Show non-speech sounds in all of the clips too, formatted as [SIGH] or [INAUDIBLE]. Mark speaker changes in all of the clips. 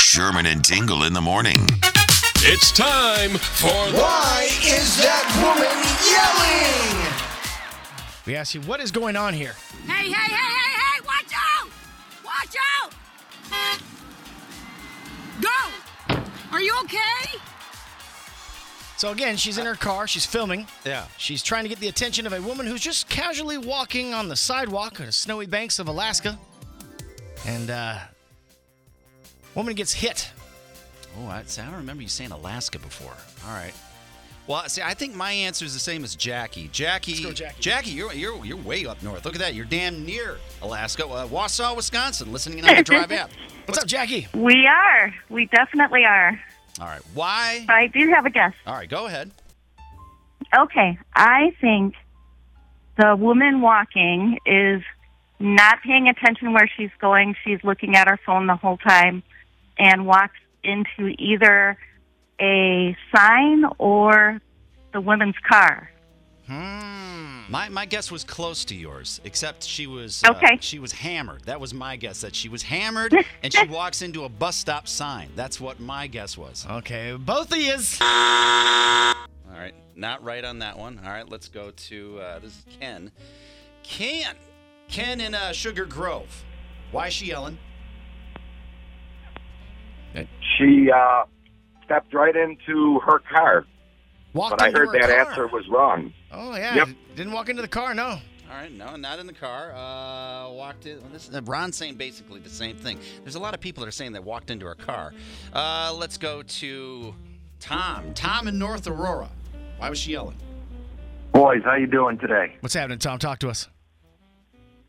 Speaker 1: Sherman and Tingle in the morning.
Speaker 2: It's time for
Speaker 3: Why is that woman yelling?
Speaker 4: We asked you, what is going on here?
Speaker 5: Hey, hey, hey, hey, hey, watch out! Watch out! Go! Are you okay?
Speaker 4: So again, she's in her car, she's filming.
Speaker 6: Yeah.
Speaker 4: She's trying to get the attention of a woman who's just casually walking on the sidewalk on the snowy banks of Alaska. And uh woman gets hit.
Speaker 6: Oh, I, see, I don't remember you saying Alaska before. All right. Well, see, I think my answer is the same as Jackie. Jackie,
Speaker 4: go, Jackie.
Speaker 6: you're, you're you're way up north. Look at that. You're damn near Alaska, uh, Wausau, Wisconsin. Listening on the Drive
Speaker 4: [LAUGHS]
Speaker 6: app.
Speaker 4: What's up, Jackie?
Speaker 7: We are. We definitely are.
Speaker 6: All right. Why?
Speaker 7: But I do have a guess.
Speaker 6: All right. Go ahead.
Speaker 7: Okay, I think the woman walking is not paying attention where she's going. She's looking at her phone the whole time and walks into either a sign or the woman's car.
Speaker 6: My my guess was close to yours, except she was uh,
Speaker 7: Okay.
Speaker 6: she was hammered. That was my guess. That she was
Speaker 4: [LAUGHS]
Speaker 6: hammered, and she walks into a bus stop sign. That's what my guess was.
Speaker 4: Okay, both of yous.
Speaker 6: All right, not right on that one. All right, let's go to uh, this is Ken. Ken, Ken in uh, Sugar Grove. Why is she yelling?
Speaker 8: she uh, stepped right into her car.
Speaker 4: Walked
Speaker 8: But I
Speaker 4: into
Speaker 8: heard
Speaker 4: her
Speaker 8: that
Speaker 4: car.
Speaker 8: answer was wrong.
Speaker 4: Oh yeah.
Speaker 8: Yep.
Speaker 4: Didn't walk into the car, no.
Speaker 6: All right, no, not in the car. Uh, walked in. Well, this is, Ron's saying basically the same thing. There's a lot of people that are saying they walked into a car. Uh, let's go to Tom. Tom in North Aurora. Why was she yelling?
Speaker 4: [LAUGHS]
Speaker 8: Boys, how you doing today?
Speaker 4: What's happening, Tom? Talk to us.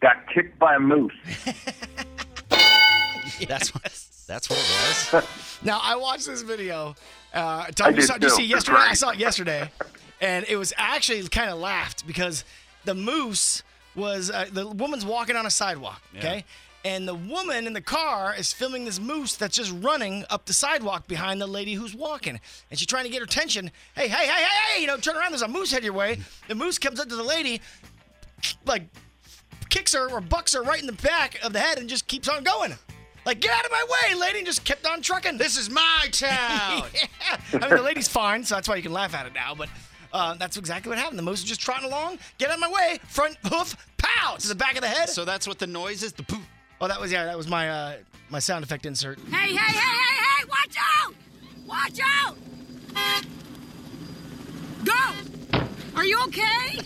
Speaker 8: Got kicked by a moose.
Speaker 6: That's
Speaker 4: [LAUGHS]
Speaker 6: what. That's what it was.
Speaker 4: Now I watched this video. Uh, Tom, you
Speaker 8: did
Speaker 4: saw, did you
Speaker 8: too.
Speaker 4: see it
Speaker 8: That's
Speaker 4: yesterday? I
Speaker 8: right. [LAUGHS]
Speaker 4: saw it yesterday, and it was actually kind of laughed because the moose was uh, the woman's walking on a sidewalk, okay, and the woman in the car is filming this moose that's just running up the sidewalk behind the lady who's walking, and she's trying to get her attention. Hey, hey, hey, hey, hey! You know, turn around. There's a moose head your way. The moose comes up to the lady, like kicks her or bucks her right in the back of the head, and just keeps on going. Like, get out of my way, lady, and just kept on trucking.
Speaker 6: this is my town.
Speaker 4: I mean, the lady's fine, so that's why you can laugh at it now. But uh, that's exactly what happened. The moose was just trotting along. Get out of my way! Front hoof, pow to the back of the head.
Speaker 6: so that's what the noise is. The poop.
Speaker 4: oh, that was yeah, that was my uh, my sound effect insert.
Speaker 5: Hey, hey, hey, hey, hey, watch out! Watch out! Go! Are you okay?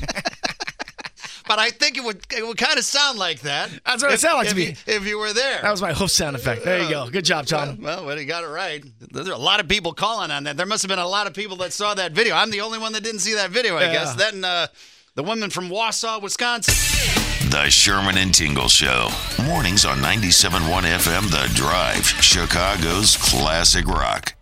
Speaker 6: But I think it would it would kind of sound like that.
Speaker 4: That's what it
Speaker 6: If-
Speaker 4: sounded like
Speaker 6: if
Speaker 4: to me.
Speaker 6: You, if you were there.
Speaker 4: That was my hoof sound effect. There you go. Good job, Tom.
Speaker 6: Well, well, you got it right. There are a lot of people calling on that. There must have been a lot of people that saw that video. I'm the only one that didn't see that video, I
Speaker 4: Yeah.
Speaker 6: guess. Then uh, the woman from Wausau, Wisconsin.
Speaker 1: The Sherman and Tingle Show. Mornings on 97.1 FM The Drive, Chicago's classic rock.